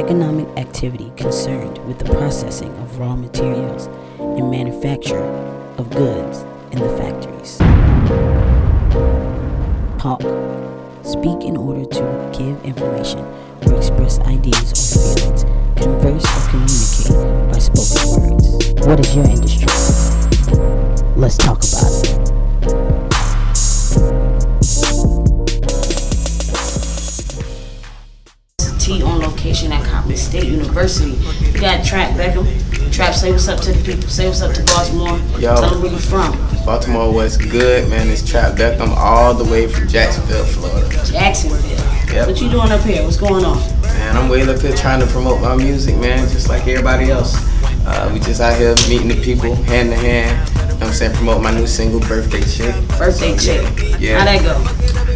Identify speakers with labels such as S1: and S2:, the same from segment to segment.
S1: economic activity concerned with the processing of raw materials and manufacture of goods in the factories. Talk. Speak in order to give information or express ideas or feelings. Converse or communicate by spoken words. What is your industry? Let's talk about it. T on location at Coppin State University. We got Trap Beckham. Trap, say what's up to the people. Say what's up to Baltimore.
S2: Yo.
S1: Tell them where you from.
S2: Baltimore was good, man. It's Trap Beckham all the way from Jacksonville, Florida.
S1: Jacksonville.
S2: Yep.
S1: What you doing up here? What's going on?
S2: Man, I'm way up here trying to promote my music, man, just like everybody else. Uh, we just out here meeting the people, hand to hand. You know what I'm saying? Promote my new single, Birthday Chick.
S1: Birthday check.
S2: Yeah.
S1: How that go?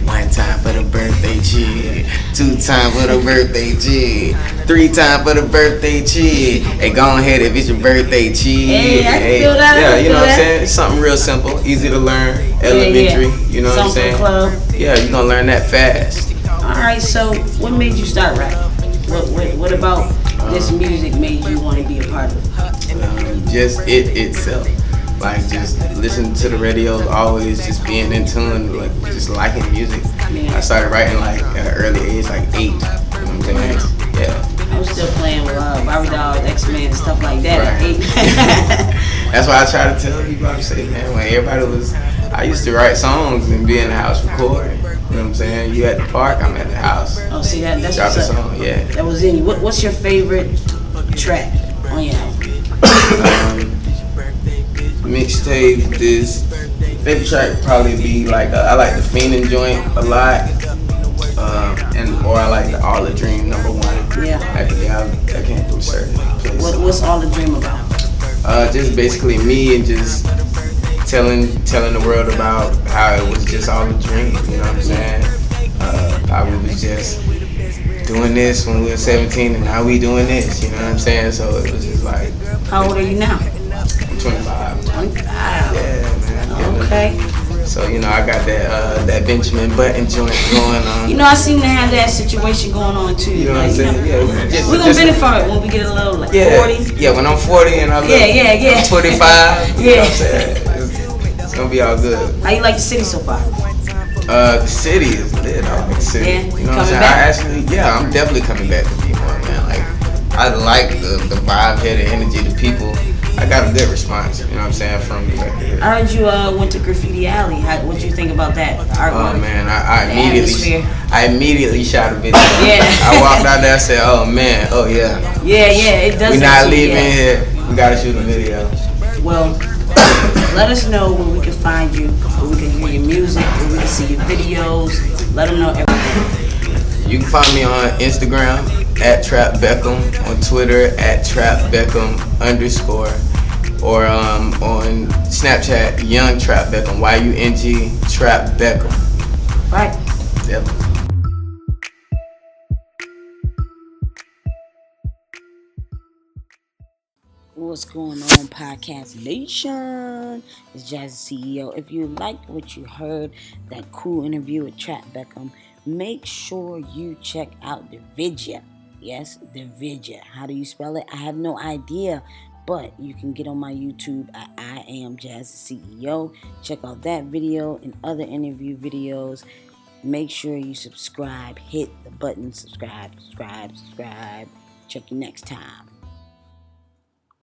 S2: One time for the birthday chick, two time for the birthday chick, three time for the birthday chick. Hey, go ahead if it's your birthday chick.
S1: Hey, I can feel that, I
S2: Yeah,
S1: can
S2: you
S1: feel
S2: know what I'm
S1: that.
S2: saying? It's something real simple, easy to learn, elementary. You know what I'm
S1: Song
S2: saying?
S1: for club.
S2: Yeah, you're gonna learn that fast.
S1: All right, so what made you start rap? What what, what about this music made you want to be a part of? it?
S2: Um, just it itself. Like just listening to the radio, always just being in tune, like just liking music.
S1: Yeah.
S2: I started writing like at an early age, like eight. You know what I'm saying? Yeah.
S1: I was still playing with uh, Barbie Dolls, X Men, stuff like that.
S2: Right. That's why I try to tell people. I say, man, when everybody was, I used to write songs and be in the house recording. You know what I'm saying? You at the park, I'm at the house.
S1: oh, see that that's
S2: Drop a
S1: what's up.
S2: song, yeah.
S1: That was in you. What, what's your favorite track on your album?
S2: Um, mixtape, this favorite track probably be like uh, I like the Fiendin' joint a lot, um, and or I like the All the Dream number one.
S1: Yeah.
S2: Actually, I, I can't do certain place.
S1: What, what's all the dream about?
S2: uh, just basically me and just telling telling the world about how it was just all a dream. You know what I'm saying? Uh, how we was just doing this when we were 17, and how we doing this. You know what I'm saying? So it was just like
S1: How old are you now?
S2: 25.
S1: I'm five.
S2: Yeah, man. Yeah,
S1: Okay.
S2: So you know, I got that uh, that Benjamin Button joint going on.
S1: You know, I seem to have that situation going on too.
S2: You know what I'm
S1: Like, you
S2: saying?
S1: know,
S2: Yeah, just-
S1: we're gonna
S2: just-
S1: benefit from it when we get a little like
S2: yeah,
S1: 40.
S2: yeah. When I'm 40 and I look,
S1: Yeah, yeah, yeah.
S2: I'm 25. You know what
S1: Yeah.
S2: I'm saying? It's, it's gonna be all good.
S1: How you like the city so far?
S2: Uh, the city is lit. I like the city.
S1: Yeah,
S2: you know what
S1: coming
S2: I'm saying?
S1: back?
S2: I actually, yeah, I'm definitely coming back to people, man. Like, I like the, the vibe here, the energy, the people. I got a good response. You Oh, know what I'm saying from the record here.
S1: I heard you uh, went to Graffiti Alley. How, what you think about that? The artwork?
S2: Oh man, I, I
S1: The
S2: immediately,
S1: atmosphere.
S2: I immediately shot a video.
S1: Yeah.
S2: I walked out there and said, "Oh man, oh yeah,
S1: Yeah, yeah, it does.
S2: we
S1: it
S2: not
S1: too,
S2: leaving
S1: yeah.
S2: here. We gotta shoot a video."
S1: Well, let us know where we can find you, where we can hear your music, where we can see your videos. Let them know everything.
S2: You can find me on Instagram at Trap Beckham, on Twitter at Trap Beckham underscore, or um, on Snapchat Young Trap Beckham, Y U N G Trap Beckham.
S1: Right.
S2: Yep.
S1: What's going on, Podcast Nation? It's Jazzy CEO. If you liked what you heard, that cool interview with Trap Beckham, make sure you check out the Vidya. Yes, the Vidya. How do you spell it? I have no idea, but you can get on my YouTube at I Am Jazzy CEO. Check out that video and other interview videos. Make sure you subscribe, hit the button, subscribe, subscribe, subscribe. Check you next time.